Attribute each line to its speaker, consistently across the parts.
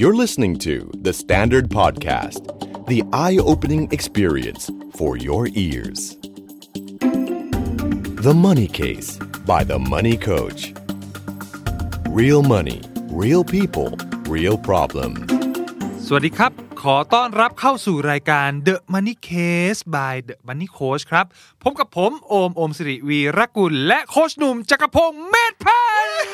Speaker 1: You're listening to The Standard Podcast, the eye opening experience for your ears. The Money Case by The Money Coach. Real money, real people, real problem.
Speaker 2: สวัสดีครับ ขอต้อนรับเข้าสู่รายการ The Money Case by The Money Coach ครับ ผมกับผม โอม โอมสิริวีรกุล และโคชหนุ่มจักรพงศ์เมธพันธ์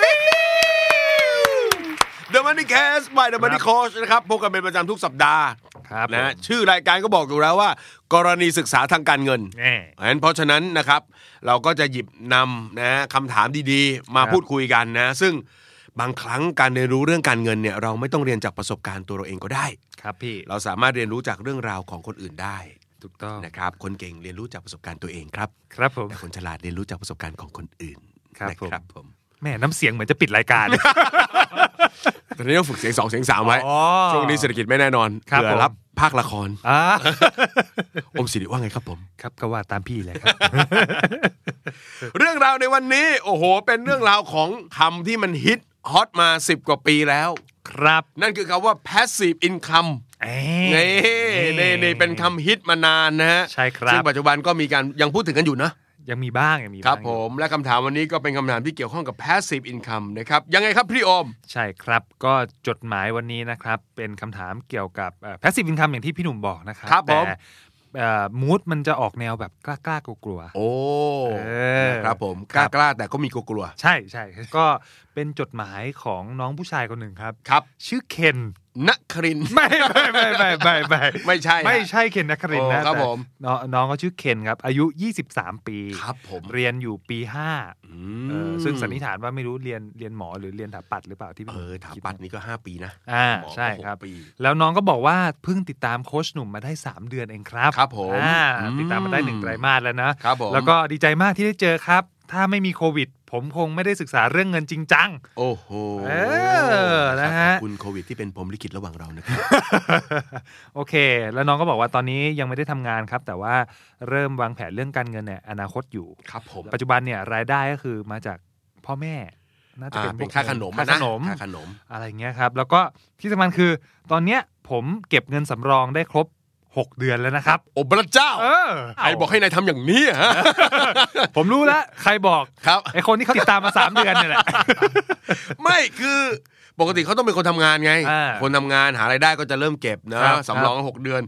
Speaker 3: เดอะมันนี่แคสบายเดอะมันนี่โคชนะครับพบกันเป็นประจำทุกสัปดาห์
Speaker 2: ครับ
Speaker 3: นะฮะชื่อรายการก็บอกอยู่แล้วว่า กรณีศึกษาทางการเงิน
Speaker 2: แน่
Speaker 3: เพราะฉะนั้นเพราะฉะนั้นนะครับ เราก็จะหยิบนำนะคำถามดีๆ มาพูดคุยกันนะ ซึ่งบางครั้งการเรียนรู้เรื่องการเงินเนี่ยเราไม่ต้องเรียนจากประสบการณ์ตัวเราเองก็ได้
Speaker 2: ครับพี่
Speaker 3: เราสามารถเรียนรู้จากเรื่องราวของคนอื่นได้
Speaker 2: ถูกต้อง
Speaker 3: นะครับคนเก่งเรียนรู้จากประสบการณ์ตัวเองครับ
Speaker 2: ครับผม
Speaker 3: แต่คนฉลาดเรียนรู้จากประสบการณ์ของคนอื่น
Speaker 2: ครับ
Speaker 3: นะ
Speaker 2: ผม
Speaker 3: ครับผม
Speaker 2: แม่น้ำเสียงเหมือนจะปิดรายการ
Speaker 3: ตอนนี้ต้องฝึกเสียงสองเสียงสามไว้
Speaker 2: อ๋อ
Speaker 3: ช่วงนี้เศรษฐกิจไม่แน่นอน
Speaker 2: ครับ
Speaker 3: เผื่อ
Speaker 2: ผม
Speaker 3: รับภาคละคร
Speaker 2: อ่า
Speaker 3: อมสิริว่าไงครับผม
Speaker 2: ครับก็ว่าตามพี่เลยครับ
Speaker 3: เรื่องราวในวันนี้ โอ้โห เป็นเรื่องราวของคำที่มันฮิตฮอตมา 10 กว่าปีแล้ว
Speaker 2: ครับ
Speaker 3: นั่นคือคำว่า passive income
Speaker 2: เอ้
Speaker 3: นี่นี่นี่เป็นคำฮิตมานานนะฮะ
Speaker 2: ใช่ครับ
Speaker 3: ซึ่งปัจจุบันก็มีการยังพูดถึงกันอยู่นะ
Speaker 2: ยังมีบ้างยังมี
Speaker 3: ครับ
Speaker 2: างอ
Speaker 3: ผ
Speaker 2: ยู่
Speaker 3: มและคำถามวันนี้ก็เป็นคำถามที่เกี่ยวข้องกับ passive income นะครับ ยังไงครับพี่โอม
Speaker 2: ใช่ครับ ก็จดหมายวันนี้นะครับ เป็นคำถามเกี่ยวกับแพสซีฟอินคัมอย่างที่พี่หนุ่มบอกนะครับ
Speaker 3: ครับผม
Speaker 2: แต่มูดมันจะออกแนวแบบกล้ากล้ากลัวกลัว
Speaker 3: โอ้
Speaker 2: เออ
Speaker 3: นะครับผม
Speaker 2: ค
Speaker 3: ก
Speaker 2: รั
Speaker 3: ล้า
Speaker 2: บ
Speaker 3: กล้าแต่ก็มีกลัว
Speaker 2: ใช่ใช่ก็เป็นจดหมายของน้องผู้ชายคนหนึ่งครับ
Speaker 3: ๆครับ
Speaker 2: ชื่อเคน
Speaker 3: นักครินทร์
Speaker 2: ไม่ ไม่ไม่ไม่ไม่ไม่
Speaker 3: ไม่ใช่ฮะ
Speaker 2: ไม่ใช่เคนนักครินทร์นะ
Speaker 3: โอ้ครับ
Speaker 2: แต่
Speaker 3: ผม
Speaker 2: น้องน้องก็ชื่อเคนครับ อายุ 23 ปี
Speaker 3: ครับผม
Speaker 2: เรียนอยู่ปีห้า
Speaker 3: อืม
Speaker 2: เอ่อซึ่งสันนิษฐานว่าไม่รู้เรียนเรียนหมอหรือเรียนถาปัดหรือเปล่าที่พี่ห
Speaker 3: เอ
Speaker 2: นุ่ม
Speaker 3: อถาม
Speaker 2: คิด
Speaker 3: ปัดนี้ก็ 5 ปีนะ
Speaker 2: อ่า
Speaker 3: หมอก็
Speaker 2: ใช่ครับ
Speaker 3: หกปี
Speaker 2: แล้วน้องก็บอกว่าเพิ่งติดตามโค้ชหนุ่มมาได้ 3 เดือนเองครับ
Speaker 3: ครับผม
Speaker 2: อ่า
Speaker 3: อืม
Speaker 2: ติดตามมาได้หนึ่งไตรมาสแล้วนะ
Speaker 3: ครับผม
Speaker 2: แล้วก็ดีใจมากที่ได้เจอครับ ถ้าไม่มีโควิด ผมคงไม่ได้ศึกษาเรื่องเงินจริง จัง
Speaker 3: โอ้โห
Speaker 2: เออนะฮะ
Speaker 3: ขอบคุณโควิดที่เป็นผมลิขิตระหว่างเรานะครับ
Speaker 2: โอเค แล้วน้องก็บอกว่าตอนนี้ยังไม่ได้ทำงานครับ แต่ว่าเริ่มวางแผนเรื่องการเงินเนี่ยอนาคตอยู่
Speaker 3: ครับผม
Speaker 2: ปัจจุบันเนี่ยรายได้ก็คือมาจากพ่อแม่ น่าจะ
Speaker 3: อ่า
Speaker 2: เป็นพ
Speaker 3: เป็
Speaker 2: วน ก
Speaker 3: ค่าขนมอะ
Speaker 2: ค่าข
Speaker 3: นะ
Speaker 2: นม
Speaker 3: ค่าขนม
Speaker 2: อะไรอย่างเงี้ยครับ แล้วก็ที่สำคัญคือ ตอนเนี้ยผมเก็บเงินสำรองได้ครบหกเดือนแล้วนะครับ
Speaker 3: โอ้พระเจ้า
Speaker 2: เออ
Speaker 3: ใครบอกให้นายทำอย่างนี้ฮะ
Speaker 2: ผมรู้แล้ว ใครบอก
Speaker 3: ครับ
Speaker 2: ไอคนที่เขาติดตามมาสามเดือนเนี่ยแหละ
Speaker 3: ไม่คือปกติเขาต้องเป็นคนทำงานไง
Speaker 2: อ่า
Speaker 3: คนทำงานหารายได้ก็จะเริ่มเก็บนะครับ สำรองหกเดือน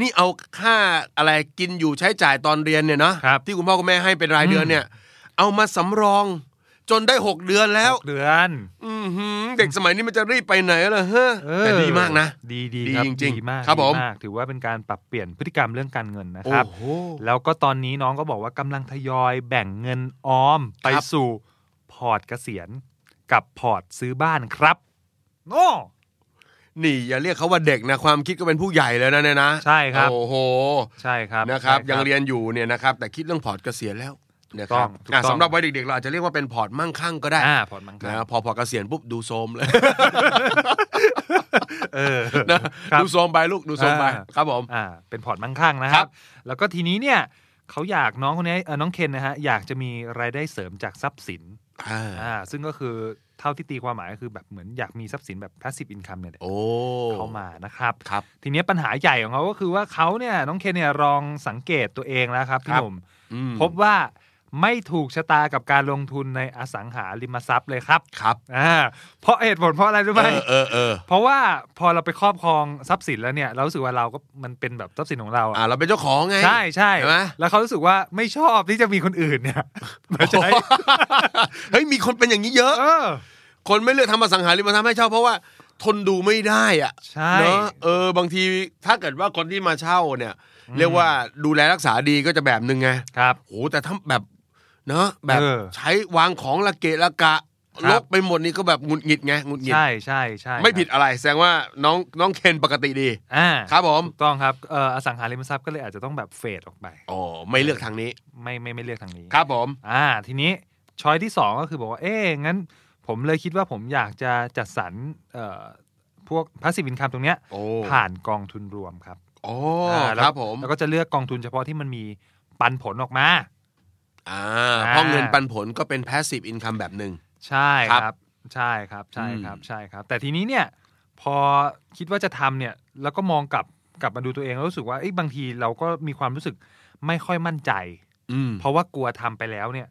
Speaker 3: นี่เอาค่าอะไรกินอยู่ใช้จ่ายตอนเรียนเนี่ยนะครับที่คุณพ่อคุณแม่ให้เป็นรายเดือน
Speaker 2: อืม
Speaker 3: เนี่ย เอามาสำรอง จนได้หกเดือนแล้ว
Speaker 2: หกเดือน
Speaker 3: อือหือเด็กสมัยนี้มันจะรีบไปไหนล่ะฮะ
Speaker 2: เออ
Speaker 3: แต่ดีมากนะ
Speaker 2: ดีดี
Speaker 3: ดี
Speaker 2: ครับ
Speaker 3: จริงๆ
Speaker 2: ดีมาก
Speaker 3: ครับผม
Speaker 2: ดีากถือว่าเป็นการปรับเปลี่ยนพฤติกรรมเรื่องการเงินนะ
Speaker 3: โอ้
Speaker 2: ครับ
Speaker 3: โห
Speaker 2: แล้วก็ตอนนี้น้องก็บอกว่ากำลังทยอยแบ่งเงินออมไป
Speaker 3: ครับ
Speaker 2: สู่พอร์ตเกษียณกับพอร์ตซื้อบ้านครับโอ้
Speaker 3: นี่อย่าเรียกเขาว่าเด็กนะความคิดก็เป็นผู้ใหญ่แล้วนะเนี่ยนะ
Speaker 2: ใช่ครับ
Speaker 3: โอ้โห
Speaker 2: ใช่ครับ
Speaker 3: นะครับ
Speaker 2: ใช่
Speaker 3: ยังเรียนอยู่เนี่ยนะครับ แต่คิดเรื่องพอร์ตเกษียณแล้วนะค
Speaker 2: ต้
Speaker 3: รั
Speaker 2: อบ งถูก
Speaker 3: อ่ะ
Speaker 2: ต้อง
Speaker 3: สำหรับวัยเด็กๆเราอาจจะเรียกว่าเป็นพอร์ตมั่งคั่งก็ได้
Speaker 2: อ่าพอร์ตมัง
Speaker 3: นะ
Speaker 2: คับ
Speaker 3: พอพอร์ตเกษียณปุ๊บดูโซมเลย
Speaker 2: เออ
Speaker 3: นะครับ ดูโซมไปลูกดูโซมไป
Speaker 2: อ่า
Speaker 3: ครับผม
Speaker 2: อ่าเป็นพอร์ตมั่งคั่งนะค
Speaker 3: ครั
Speaker 2: รับ
Speaker 3: บ
Speaker 2: แล้วก็ทีนี้เนี่ยเขาอยากน้องคนนี้เอ่อน้องเคนนะฮะอยากจะมีรายได้เสริมจากทรัพย์สิน
Speaker 3: อ่า
Speaker 2: อ่าซึ่งก็คือเท่าที่ตีความหมายก็คือแบบเหมือนอยากมีทรัพย์สินแบบพาสซีฟอินคัมเนี่ยแหละ
Speaker 3: โอ้
Speaker 2: เข้ามานะครับ
Speaker 3: ครับ
Speaker 2: ทีนี้ปัญหาใหญ่ของเขาก็คือว่าเขาเนี่ยน้องเคนเนี่ยลองสังเกตตัวเองแล้วครับ
Speaker 3: ค
Speaker 2: พี่
Speaker 3: รั
Speaker 2: ห
Speaker 3: บ
Speaker 2: นุ่ม
Speaker 3: อืม
Speaker 2: พบว่าไม่ถูกชะตากับการลงทุนในอสังหาริมทรัพย์เลยครับ
Speaker 3: ครับ
Speaker 2: อ่าเพราะเหตุผลเพราะอะไรรู้
Speaker 3: เอ
Speaker 2: ไหม
Speaker 3: อเออเออ
Speaker 2: เพราะว่าพอเราไปครอบครองทรัพย์สินแล้วเนี่ย เรารู้สึกว่าเราก็มันเป็นแบบทรัพย์สินของเรา
Speaker 3: อ่า
Speaker 2: อะ
Speaker 3: เราเป็นเจ้าของไง
Speaker 2: ใช่ใช่
Speaker 3: เห็นไหม
Speaker 2: แล้วเขารู้สึกว่าไม่ชอบที่จะมีคนอื่นเนี่ย มาใช้
Speaker 3: เฮ้ยมีคนเป็นอย่างนี้เยอะ
Speaker 2: เออ
Speaker 3: คนไม่เลือกทำอสังหาริมทรัพย์ให้เช่าเพราะว่าทนดูไม่ได้อะ
Speaker 2: ใช่
Speaker 3: เนอะเออบางทีถ้าเกิดว่าคนที่มาเช่าเนี่ย เรียกว่าดูแลรักษาดีก็จะแบบหนึ่งไง
Speaker 2: ครับ
Speaker 3: โหแต่ถ้าแบบเนอะแบบ
Speaker 2: เออ
Speaker 3: ใช้วางของละเกะละกะ
Speaker 2: ครั
Speaker 3: ล
Speaker 2: บ
Speaker 3: กไปหมดนี่ก็แบบหงุดหงิดไงหงุดหงิด
Speaker 2: ใช่ใช่ใช่
Speaker 3: ไม่ผิดอะไรแสดงว่าน้องน้องเคนปกติดี
Speaker 2: อ่า
Speaker 3: ครับผม
Speaker 2: ถูกต้องครับเอ่ออสังหาริมทรัพย์ก็เลยอาจจะต้องแบบเฟดออกไป
Speaker 3: อ๋อไม่เลือกทางนี้
Speaker 2: ไม่ไม่ไม่เลือกทางนี้
Speaker 3: ครับผม
Speaker 2: อ่า ทีนี้ช้อยที่สองก็คือบอกว่าเอ๊ะงั้น ผมเลยคิดว่าผมอยากจะจัดสรรเอ่อพวกพาสซีฟอินคัมตรงเนี้ย
Speaker 3: โอ้
Speaker 2: ผ่านกองทุนรวมครับ
Speaker 3: โอ้
Speaker 2: อ่าแล้ว
Speaker 3: ครับผม
Speaker 2: แล้วก็จะเลือกกองทุนเฉพาะที่มันมีปันผลออกมา
Speaker 3: อ่าเพราะเงินปันผลก็เป็น passive income แบบหนึ่ง
Speaker 2: ใช่
Speaker 3: ครับ
Speaker 2: ครับ ใช่ครับ ใช่ครับ ใช่ครับ แต่ทีนี้เนี่ย พอคิดว่าจะทำเนี่ย แล้วก็มองกลับกลับมาดูตัวเองแล้วรู้สึกว่าเอ้ยบางทีเราก็มีความรู้สึกไม่ค่อยมั่นใจ
Speaker 3: อืม
Speaker 2: เพราะว่ากลัวทำไปแล้วเนี่ย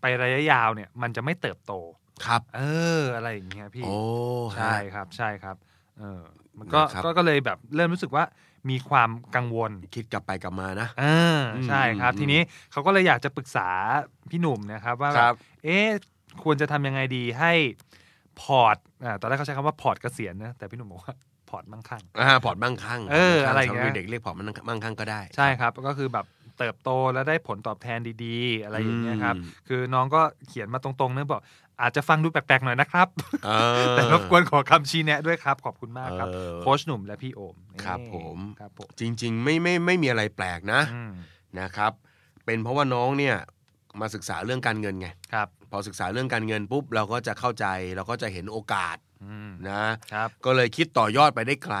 Speaker 2: ไประยะยาวเนี่ย มันจะไม่เติบโต
Speaker 3: ครับ
Speaker 2: เออ อะไรอย่างเงี้ยพี่
Speaker 3: โอ้ฮะ
Speaker 2: ใช่ครับใช่ครับเออมันก็
Speaker 3: นะครับ
Speaker 2: ก็ก็เลยแบบเริ่มรู้สึกว่ามีความกังวล
Speaker 3: คิดกลับไปกลับมานะ
Speaker 2: เออใช่ครับ
Speaker 3: อืม
Speaker 2: ทีนี้เขาก็เลยอยากจะปรึกษาพี่หนุ่มนะครับว่าแบ
Speaker 3: ครับ บ
Speaker 2: เอ๊ะควรจะทำยังไงดีให้พอร์ตอ่าตอนแรกเขาใช้คำว่าพอร์ตเกษียณนะแต่พี่หนุ่มบอกว่า พอร์ตมั่งคั่ง
Speaker 3: อ่าพอร์ตบ้างข้าง
Speaker 2: เอออะไรอย่างเงี้ย
Speaker 3: สำหบเด็กๆเรียกพอร์ตบ้างข้างก็ได้
Speaker 2: ใช่ครับก็คือแบบเติบโตแล้วได้ผลตอบแทนดีๆ อะไรอย่างเงี้ยครับ
Speaker 3: อืม
Speaker 2: คือน้องก็เขียนมาตรงๆนะบอกอาจจะฟังดูแปลกๆหน่อยนะครับ
Speaker 3: เออ
Speaker 2: แต่รบกวนขอคำชี้แนะด้วยครับขอบคุณมากครับ
Speaker 3: เออ
Speaker 2: โค้ชหนุ่มและพี่โอม
Speaker 3: ครับ
Speaker 2: นี่
Speaker 3: ผม
Speaker 2: ครับผม
Speaker 3: จริง ๆ ไม่ไม่ไม่มีอะไรแปลกนะ
Speaker 2: อืม
Speaker 3: นะครับ เป็นเพราะว่าน้องเนี่ยมาศึกษาเรื่องการเงินไง
Speaker 2: ครับ
Speaker 3: พอศึกษาเรื่องการเงินปุ๊บเราก็จะเข้าใจเราก็จะเห็นโอกาส
Speaker 2: อืม
Speaker 3: นะ
Speaker 2: ครับ
Speaker 3: ก็เลยคิดต่อยอดไปได้ไกล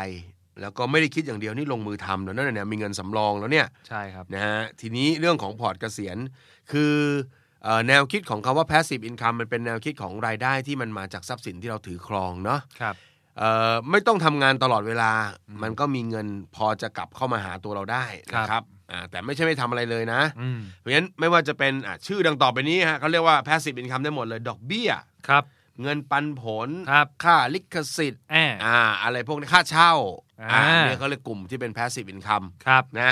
Speaker 3: แล้วก็ไม่ได้คิดอย่างเดียวนี่ลงมือทำแล้วนั่นนะเนี่ยมีเงินสำรองแล้วเนี่ย
Speaker 2: ใช่ครับ
Speaker 3: นะฮะทีนี้เรื่องของพอร์ตเกษียณคือเอ่อแนวคิดของคาว่า passive income มันเป็นแนวคิดของรายได้ที่มันมาจากทรัพย์สินที่เราถือครองเนาะ
Speaker 2: ครับ
Speaker 3: เอ่อไม่ต้องทำงานตลอดเวลา
Speaker 2: อืม
Speaker 3: มันก็มีเงินพอจะกลับเข้ามาหาตัวเราได้
Speaker 2: ครับ
Speaker 3: นะครับอ่าแต่ไม่ใช่ไม่ทำอะไรเลยนะ
Speaker 2: อืม
Speaker 3: เพราะฉะนั้นไม่ว่าจะเป็นอ่ะชื่อดังต่อไปนี้ฮะเขาเรียกว่า passive income ได้หมดเลย ดอกเบี้ย
Speaker 2: ครับ
Speaker 3: เงินปันผล
Speaker 2: ครับ
Speaker 3: ค่าลิขสิทธิ์
Speaker 2: แอ
Speaker 3: อ่าอะไรพวกนี้ค่าเช่า
Speaker 2: อ่า
Speaker 3: เนี่ยเขาเรียกกลุ่มที่เป็น passive income
Speaker 2: ครับ
Speaker 3: นะ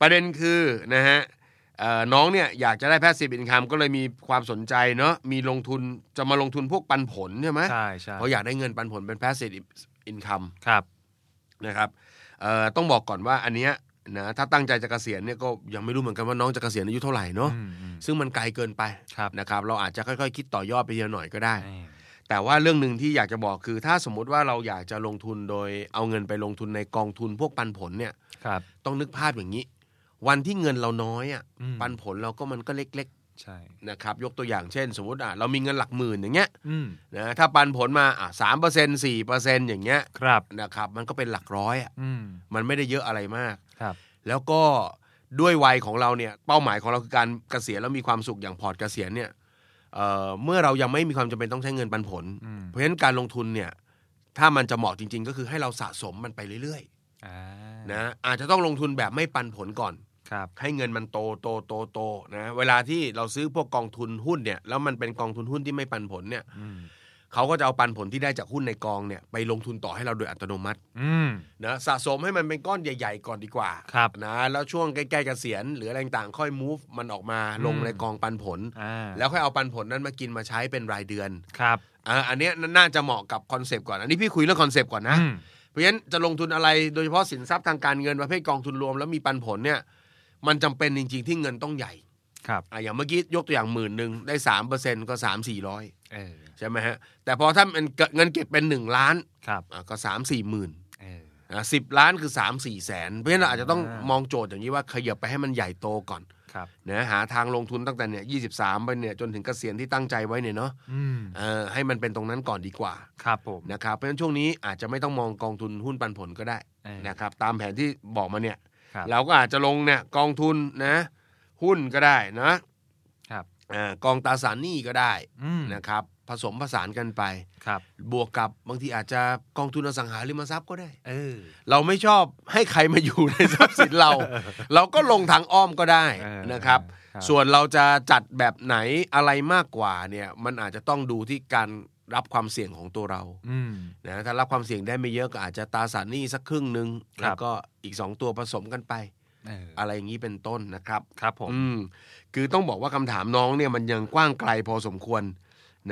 Speaker 3: ประเด็นคือนะฮะเอ่อน้องเนี่ยอยากจะได้ passive income ก็เลยมีความสนใจเนาะมีลงทุนจะมาลงทุนพวกปันผลใช่ไหม
Speaker 2: ใช่ใช่
Speaker 3: เพราะอยากได้เงินปันผลเป็น passive income
Speaker 2: ครับ
Speaker 3: นะครับเอ่อต้องบอกก่อนว่าอันเนี้ยนะถ้าตั้งใจจะเกษียณเนี่ยก็ยังไม่รู้เหมือนกันว่าน้องจะเกษียณอายุเท่าไหร่เนาะ
Speaker 2: อืมอืม
Speaker 3: ซึ่งมันไกลเกินไป
Speaker 2: ครับ
Speaker 3: นะครับเราอาจจะค่อยๆ คิดต่อยอดไปเยอะหน่อยก็ได้
Speaker 2: แน่
Speaker 3: แต่ว่าเรื่องหนึ่งที่อยากจะบอกคือ ถ้าสมมุติว่าเราอยากจะลงทุนโดยเอาเงินไปลงทุนในกองทุนพวกปันผลเนี่ย
Speaker 2: ครับ
Speaker 3: ต้องนึกภาพอย่างนี้ วันที่เงินเราน้อยอ่ะ
Speaker 2: อืม
Speaker 3: ปันผลเราก็มันก็เล็ก
Speaker 2: ใช่
Speaker 3: ๆนะครับยกตัวอย่างเช่น สมมติอ่ะเรามีเงินหลักหมื่นอย่างเงี้ย
Speaker 2: อืม
Speaker 3: นะถ้าปันผลมาอ่ะสามเปอร์เซ็นต์สี่เปอร์เซ็นต์อย่างเงี้ย
Speaker 2: ครับ
Speaker 3: นะครับมันก็เป็นหลักร้อยอ่ะ
Speaker 2: อืม
Speaker 3: มันไม่ได้เยอะอะไรมาก
Speaker 2: ครับ
Speaker 3: แล้วก็ด้วยวัยของเราเนี่ยเป้าหมายของเราคือการเกษียณแล้วมีความสุขอย่างพอร์ตเกษียณเนี่ยเอ่อเมื่อเรายังไม่มีความจำเป็นต้องใช้เงินปันผล
Speaker 2: อืม
Speaker 3: เพราะฉะนั้นการลงทุนเนี่ยถ้ามันจะเหมาะจริง ๆ ก็คือให้เราสะสมมันไปเรื่อย
Speaker 2: อ่า
Speaker 3: ๆนะอาจจะต้องลงทุนแบบไม่ปันผลก่อน
Speaker 2: ครับ
Speaker 3: ให้เงินมันโตโตโตโตนะเวลาที่เราซื้อพวกกองทุนหุ้นเนี่ยแล้วมันเป็นกองทุนหุ้นที่ไม่ปันผลเนี่ย
Speaker 2: อืม
Speaker 3: เขาก็จะเอาปันผลที่ได้จากหุ้นในกองเนี่ยไปลงทุนต่อให้เราโดยอัตโนมัติ
Speaker 2: อืม
Speaker 3: นะสะสมให้มันเป็นก้อนใหญ่ ๆ ก่อนดีกว่า
Speaker 2: ครับ
Speaker 3: นะแล้วช่วงใกล้ๆเกษียณหรืออะไรต่างๆค่อย move มันออกมา
Speaker 2: อืม
Speaker 3: ลงในกองปันผล
Speaker 2: อ่า
Speaker 3: แล้วค่อยเอาปันผลนั้นมากินมาใช้เป็นรายเดือน
Speaker 2: ครับ
Speaker 3: อ่าอันเนี้ยน่าจะเหมาะกับคอนเซปต์ก่อน อันนี้พี่คุยเรื่องคอนเซปต์ก่อนนะ
Speaker 2: อืม
Speaker 3: เพราะฉะนั้นจะลงทุนอะไรโดยเฉพาะสินทรัพย์ทางการเงินประเภทกองทุนรวมแล้วมีปันผลเนี่ยมันจำเป็นจริง ๆ ที่เงินต้องใหญ่
Speaker 2: ครับ
Speaker 3: อ่ะอย่างเมื่อกี้ยกตัวอย่างหมื่นหนึ่งได้สามเปอร์เซ็นต์ก็สามสี่ร้อย
Speaker 2: เออ
Speaker 3: ใช่ไหมฮะแต่พอถ้ามันเงินเก็บเป็นหนึ่งล้าน
Speaker 2: ครับ
Speaker 3: อ่ะก็สามสี่หมื่น
Speaker 2: เออ
Speaker 3: สิบล้านคือ 3 4 แสน เพราะฉะนั้นเราอาจจะต้อง
Speaker 2: อ่าม ม
Speaker 3: องโจทย์อย่างนี้ว่าขยับไปให้มันใหญ่โตก่อน
Speaker 2: ครับ
Speaker 3: นะหาทางลงทุนตั้งแต่เนี่ยยีไปเนี่ยจนถึงเกษียณที่ตั้งใจไว้เนี่ยเนาะ
Speaker 2: อืม
Speaker 3: เออให้มันเป็นตรงนั้นก่อนดีกว่า
Speaker 2: ครับผม
Speaker 3: นะครับเพราะฉะนั้นช่วงนี้อาจจะไม่ต้องมองกองทุนหุ้นปันผลก็ได้
Speaker 2: เออ
Speaker 3: นะครับตามแผนที่บอกมาเนี่ย
Speaker 2: ครับ
Speaker 3: เราก็อาจจะลงเนี่ยกองทุนนะหุ้นก็ได้นะครับ เอ่อกองตราสารหนี้ก็ได้
Speaker 2: อืม
Speaker 3: นะครับผสมผสานกันไป
Speaker 2: ครับ
Speaker 3: บวกกับบางทีอาจจะกองทุนอสังหาริมทรัพย์ก็ได้
Speaker 2: เออ
Speaker 3: เราไม่ชอบให้ใครมาอยู่ในทรัพย์สินเรา เราก็ลงทางอ้อมก็ได้
Speaker 2: เออ
Speaker 3: นะครับ
Speaker 2: ครับ
Speaker 3: ส่วนเราจะจัดแบบไหนอะไรมากกว่าเนี่ยมันอาจจะต้องดูที่การรับความเสี่ยงของตัวเรา
Speaker 2: อืม
Speaker 3: นะถ้ารับความเสี่ยงได้ไม่เยอะก็อาจจะตราสารหนี้สักครึ่งหนึ่ง
Speaker 2: ครับ
Speaker 3: แล้วก็อีก 2 ตัวผสมกันไป
Speaker 2: เออ
Speaker 3: อะไรอย่างนี้เป็นต้นนะครับ
Speaker 2: ครับผม
Speaker 3: อืมคือต้องบอกว่าคำถามน้องเนี่ยมันยังกว้างไกลพอสมควร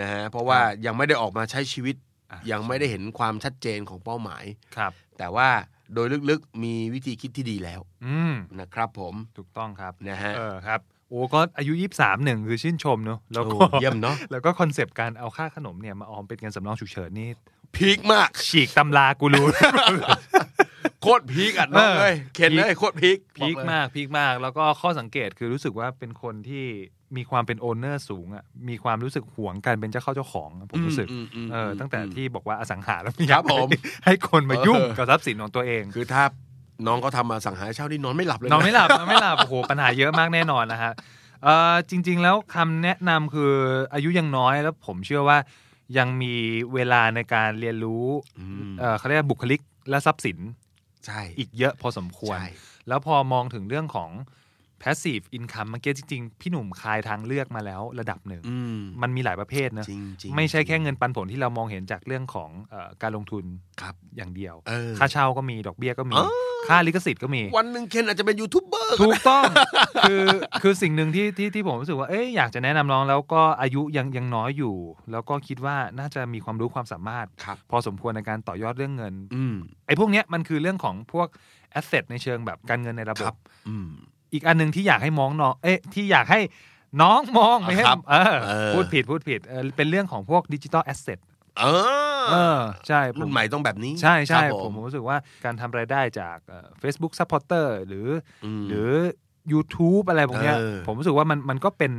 Speaker 3: นะฮะเพราะว่ายังไม่ได้ออกมาใช้ชีวิต
Speaker 2: อ่ะ
Speaker 3: ยังไม่ได้เห็นความชัดเจนของเป้าหมาย
Speaker 2: ครับ
Speaker 3: แต่ว่าโดยลึกๆมีวิธีคิดที่ดีแล้ว
Speaker 2: อืม
Speaker 3: นะครับผม
Speaker 2: ถูกต้องครับ
Speaker 3: นะฮะ
Speaker 2: เออครับ โอ้ก็อายุ 23หนึ่งคือชื่นชมเนอะแล้ว
Speaker 3: โอ้
Speaker 2: ก็
Speaker 3: เยี่ยมเนาะ
Speaker 2: แล้วก็คอนเซปต์การเอาค่าขนมเนี่ยมาออมเป็นเงินสำรองฉุกเฉินนี่
Speaker 3: พีคมาก
Speaker 2: ฉีกตำรากู รู้
Speaker 3: โคตรพีคอ่ะน้อ
Speaker 2: เอ
Speaker 3: ง
Speaker 2: อ
Speaker 3: เลยเข็น
Speaker 2: พีค
Speaker 3: เลยโคตรพีค
Speaker 2: พีค
Speaker 3: บอกเลย
Speaker 2: มากพีคมาก แล้วก็ข้อสังเกตคือรู้สึกว่าเป็นคนที่มีความเป็นโอนเนอร์สูงอ่ะมีความรู้สึกหวงการเป็นเจ้าเข้าเจ้าของอะผมรู้สึก
Speaker 3: อืมอืมอืม
Speaker 2: เออตั้งแต่
Speaker 3: อืม
Speaker 2: ที่บอกว่าอสังหาแล้วไม่อ
Speaker 3: ครั
Speaker 2: ยาก
Speaker 3: บผม
Speaker 2: ให้ให้คนมายุ่ง
Speaker 3: เออ
Speaker 2: กับทรัพย์สินของตัวเอง
Speaker 3: คือถ้าน้องก็ทำมาสังหาเช่านี่นอนไม่หลับเลยะ
Speaker 2: นอนไม่หลับนอนไม่หลับ โอ้โห ปัญหาเยอะมากแน่นอนนะฮะเอ่อจริง ๆ แล้วคำแนะนำคืออายุยังน้อยแล้วผมเชื่อว่า ยังมีเวลาในการเรียนรู้
Speaker 3: อืม
Speaker 2: เอ่อเขาเรียกว่าบุคลิกและทรัพย์สิน
Speaker 3: ใช่
Speaker 2: อีกเยอะพอสมควร
Speaker 3: ใช่
Speaker 2: แล้วพอมองถึงเรื่องของ passive income เมื่อกี้จริงๆ พี่หนุ่มคายทางเลือกมาแล้วระดับหนึ่ง
Speaker 3: อืม
Speaker 2: มันมีหลายประเภทนะ
Speaker 3: จริงจริง
Speaker 2: ไม่ใช่แค่เงินปันผลที่เรามองเห็นจากเรื่องของเอ่อการลงทุน
Speaker 3: ครับ
Speaker 2: อย่างเดียว
Speaker 3: เออ
Speaker 2: ค่าเช่าก็มีดอกเบี้ยก็มี
Speaker 3: อ๋อ
Speaker 2: ค่าลิขสิทธิ์ก็มี
Speaker 3: วันหนึ่งเคนอาจจะเป็นยูทูบเบอร์ก็
Speaker 2: ถู
Speaker 3: ได้
Speaker 2: กต้อง คือคือสิ่งหนึ่งที่ที่ที่ผมรู้สึกว่าเอ้ยอยากจะแนะนำน้องแล้วก็อายุยังยังน้อยอยู่ แล้วก็คิดว่าน่าจะมีความรู้ความสามารถ
Speaker 3: ครับ
Speaker 2: พอสมควรในการต่อยอดเรื่องเงิน
Speaker 3: อืม
Speaker 2: ไอ้พวกเนี้ยมันคือเรื่องของพวกแอสเซทในเชิงแบบการเงินในระบ
Speaker 3: ครับ บ อืม
Speaker 2: อีกอันหนึ่งที่อยากให้มองน้องเอ๊ะที่อยากให้น้องมองไม่ให้
Speaker 3: ครับ
Speaker 2: เออ
Speaker 3: เออ
Speaker 2: พูดผิดพูดผิดเออเป็นเรื่องของพวกดิจิ t a ลแอสเซท
Speaker 3: เอ
Speaker 2: เอ
Speaker 3: อ
Speaker 2: อใช่ผ
Speaker 3: รุ่
Speaker 2: ม
Speaker 3: นใหม่ต้องแบบนี้
Speaker 2: ใช่ใช่
Speaker 3: ครับ
Speaker 2: ผมผมรู้สึกว่าการทำรายได้จากเอ่อ Facebook Supporter หรือ
Speaker 3: ม
Speaker 2: หรือ YouTube อะไรพวกเนี้ย
Speaker 3: เออ
Speaker 2: ผมรู้สึกว่ามันมันก็เป็น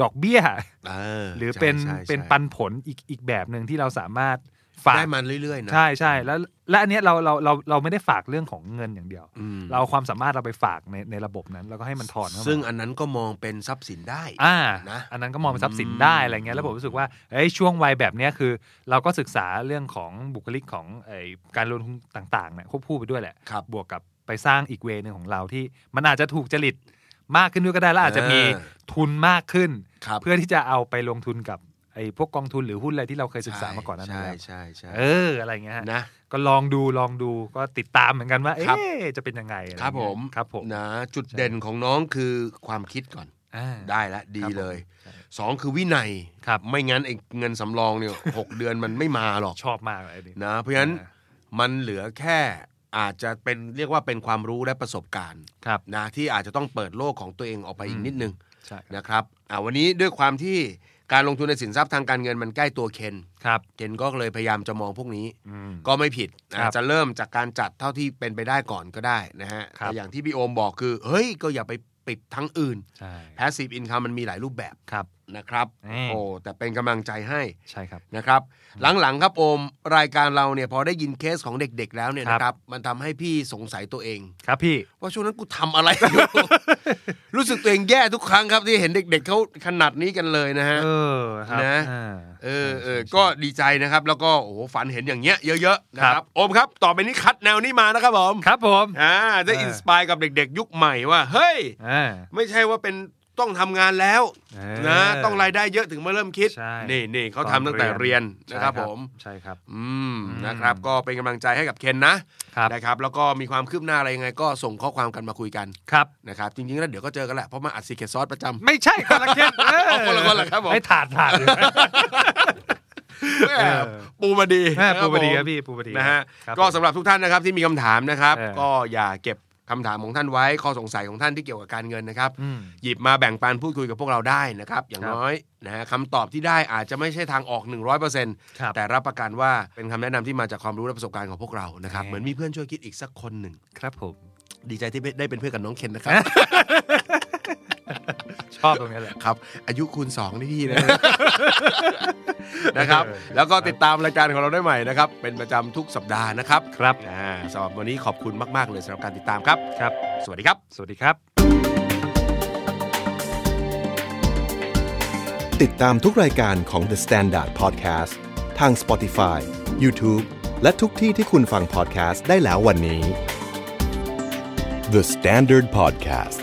Speaker 2: ดอกเบี้ย
Speaker 3: เอ
Speaker 2: หรือ
Speaker 3: ใช่
Speaker 2: เป็น
Speaker 3: ใช่
Speaker 2: เป็น
Speaker 3: ใช่
Speaker 2: ปันผลอีกอีกแบบหนึ่งที่เราสามารถฝาก
Speaker 3: ได้มาเรื่อยๆนะ
Speaker 2: ใช่ใช่แล้วและอันเนี้ยเราเราเราเราไม่ได้ฝากเรื่องของเงินอย่างเดียว
Speaker 3: อืม
Speaker 2: เราเอาความสามารถเราไปฝากในในระบบนั้น แล้วก็ให้มันถอนเข้ามา
Speaker 3: ซึ่งอันนั้นก็มองเป็นทรัพย์สินได้
Speaker 2: อ่า
Speaker 3: นะ
Speaker 2: อันนั้นก็มองเป็นทรัพย์สินได้อะไรเงี้ยแล้วผมรู้สึกว่าเอ้ยช่วงวัยแบบเนี้ยคือ เราก็ศึกษาเรื่องของบุคลิกของไอการลงทุนต่างๆเนี่ยควบคู่ไปด้วยแหละ
Speaker 3: ครับ
Speaker 2: บวกกับไปสร้างอีกเวนึงของเราที่มันอาจจะถูกจริตมากขึ้นด้วยก็ได้แล้วอาจจะมี
Speaker 3: เออ
Speaker 2: ทุนมากขึ้น
Speaker 3: ครับ
Speaker 2: เพื่อที่จะเอาไปลงทุนกับไอ้พวกกองทุนหรือหุ้นอะไรที่เราเคยศึกษามาก่อนหนั้าน
Speaker 3: ใช่
Speaker 2: แล้ว
Speaker 3: ใช่ใช่
Speaker 2: เอออะไรเงี้ยฮะ
Speaker 3: นะ
Speaker 2: ก็ลองดูลองดูก็ติดตามเหมือนกันว่า
Speaker 3: ครับ
Speaker 2: เอ๊ะจะเป็นยังไงอะไ
Speaker 3: ครับผม
Speaker 2: เงี้ยครับผม
Speaker 3: นะจุดเด่นของน้องคือความคิดก่อน
Speaker 2: อ่า
Speaker 3: ได้ละดี
Speaker 2: ครับผม
Speaker 3: เลย
Speaker 2: ใช่
Speaker 3: สองคือวินัย
Speaker 2: ครับ
Speaker 3: ไม่งั้นไอ้เงินสำรองเนี่ย หกเดือนมันไม่มาหรอก
Speaker 2: ชอบมากเลยอันนี้
Speaker 3: นะเพราะฉะนั้น
Speaker 2: อ่า
Speaker 3: มันเหลือแค่อาจจะเป็นเรียกว่าเป็นความรู้และประสบการณ์
Speaker 2: ครับ
Speaker 3: นะที่อาจจะต้องเปิดโลกของตัวเองออกไปอี
Speaker 2: อื
Speaker 3: ก
Speaker 2: ม
Speaker 3: นิดนึง
Speaker 2: ใช่ครับ
Speaker 3: นะครับอ่าวันนี้ด้วยความที่การลงทุนในสินทรัพย์ทางการเงินมันใกล้ตัวเคน
Speaker 2: ครับ
Speaker 3: เคนก็เลยพยายามจะมองพวกนี้
Speaker 2: อืม
Speaker 3: ก็ไม่ผิดนะครับ จะเริ่มจากการจัดเท่าที่เป็นไปได้ก่อนก็ได้นะฮะ
Speaker 2: ครับ
Speaker 3: แต่อย่างที่พี่โอมบอกคือ เฮ้ย ก็อย่าไปปิดทั้งอื่น
Speaker 2: ใช่
Speaker 3: Passive Income มันมีหลายรูปแบบ
Speaker 2: ครับ
Speaker 3: นะครับ
Speaker 2: อื
Speaker 3: โอ้
Speaker 2: ม
Speaker 3: แต่เป็นกำลังใจให้
Speaker 2: ใช่ครับ
Speaker 3: นะครับ หลังๆครับโอมรายการเราเนี่ยพอได้ยินเคสของเด็กๆแล้วเนี่ย
Speaker 2: ครับ
Speaker 3: นะครับ มันทำให้พี่สงสัยตัวเอง
Speaker 2: ครับพี่
Speaker 3: ว่าช่วงนั้นกูทำอะไร อยู่ รู้สึกตัวเองแย่ทุกครั้งครับที่เห็นเด็ก ๆเขาขนาดนี้กันเลยนะฮะ
Speaker 2: เออครับ
Speaker 3: นะ
Speaker 2: อ่า
Speaker 3: เออเออ
Speaker 2: ใช่ใช่
Speaker 3: ก็ดีใจนะครับ แล้วก็โอ้โหฝันเห็นอย่างเงี้ยเยอะๆนะ
Speaker 2: ค
Speaker 3: ค
Speaker 2: รั
Speaker 3: รับ
Speaker 2: บ
Speaker 3: โอมครับ ต่อไปนี้คัดแนวนี้มานะครับผม
Speaker 2: ครับผม
Speaker 3: อ่าได้อินสปายกับเด็กๆ ยุคใหม่ว่า เฮ้ย
Speaker 2: อ่า
Speaker 3: ไม่ใช่ว่าเป็นต้องทำงานแล้ว
Speaker 2: เออ
Speaker 3: นะต้องรายได้เยอะถึงมาเริ่มคิด
Speaker 2: ใช่
Speaker 3: นี่นี่เขาทำตั้งแต่เรียนนะครับผม
Speaker 2: ใช่ครับ
Speaker 3: อืม
Speaker 2: อืม
Speaker 3: นะครับก็เป็นกำลังใจให้กับเคนนะครับ นะครับ แล้วก็มีความคืบหน้าอะไรยังไง ก็ส่งข้อความกันมาคุยกัน
Speaker 2: ครับ
Speaker 3: นะครับจริงๆแล้วเดี๋ยวก็เจอกันแหละเพราะมาอัดซีเคซอสประจำ
Speaker 2: ไม่ใช่คนละเคนเออ
Speaker 3: เอาคนละคนเหรอครับผม
Speaker 2: ให้ถาดถาดอยู่
Speaker 3: แม่ปูมาดี
Speaker 2: แม่ปูบดีค
Speaker 3: ผม
Speaker 2: รับพี่ปูบดี
Speaker 3: นะฮะ
Speaker 2: คบ
Speaker 3: ก็สำหรับทุกท่านนะครับที่มีคำถามนะครับ
Speaker 2: เออ
Speaker 3: ก็อย่าเก็บคำถามของท่านไว้ ข้อสงสัยของท่านที่เกี่ยวกับการเงินนะครับ
Speaker 2: อืม
Speaker 3: หยิบมาแบ่งปันพูดคุยกับพวกเราได้นะครับ อย่าง
Speaker 2: ครับ
Speaker 3: น้อยนะฮะคำตอบที่ได้อาจจะไม่ใช่ทางออก 100%
Speaker 2: ครับ
Speaker 3: แต่รับประกันว่าเป็นคำแนะนำที่มาจากความรู้และประสบการณ์ของพวกเรานะครับ
Speaker 2: เออ
Speaker 3: เหมือนมีเพื่อนช่วยคิดอีกสักคนหนึ่ง
Speaker 2: ครับผม
Speaker 3: ดีใจที่ได้เป็นเพื่อนกับน้องเคนนะครับ
Speaker 2: ชอบตรงนี้แหละ
Speaker 3: ครับ อายุคูณ2นี่ พี่นะ นะครับ แล้วก็ติดตามรายการของเราได้ใหม่นะครับ เป็นประจำทุกสัปดาห์นะครับ
Speaker 2: ครับ
Speaker 3: อ่าสำหรับวันนี้ขอบคุณมากๆเลยสำหรับการติดตามครับ
Speaker 2: ครับ
Speaker 3: สวัสดีครับ
Speaker 2: สวัสดีครับ
Speaker 1: ติดตามทุกรายการของ The Standard Podcast ทาง Spotify, YouTube และทุกที่ที่คุณฟัง podcast ได้แล้ววันนี้ The Standard Podcast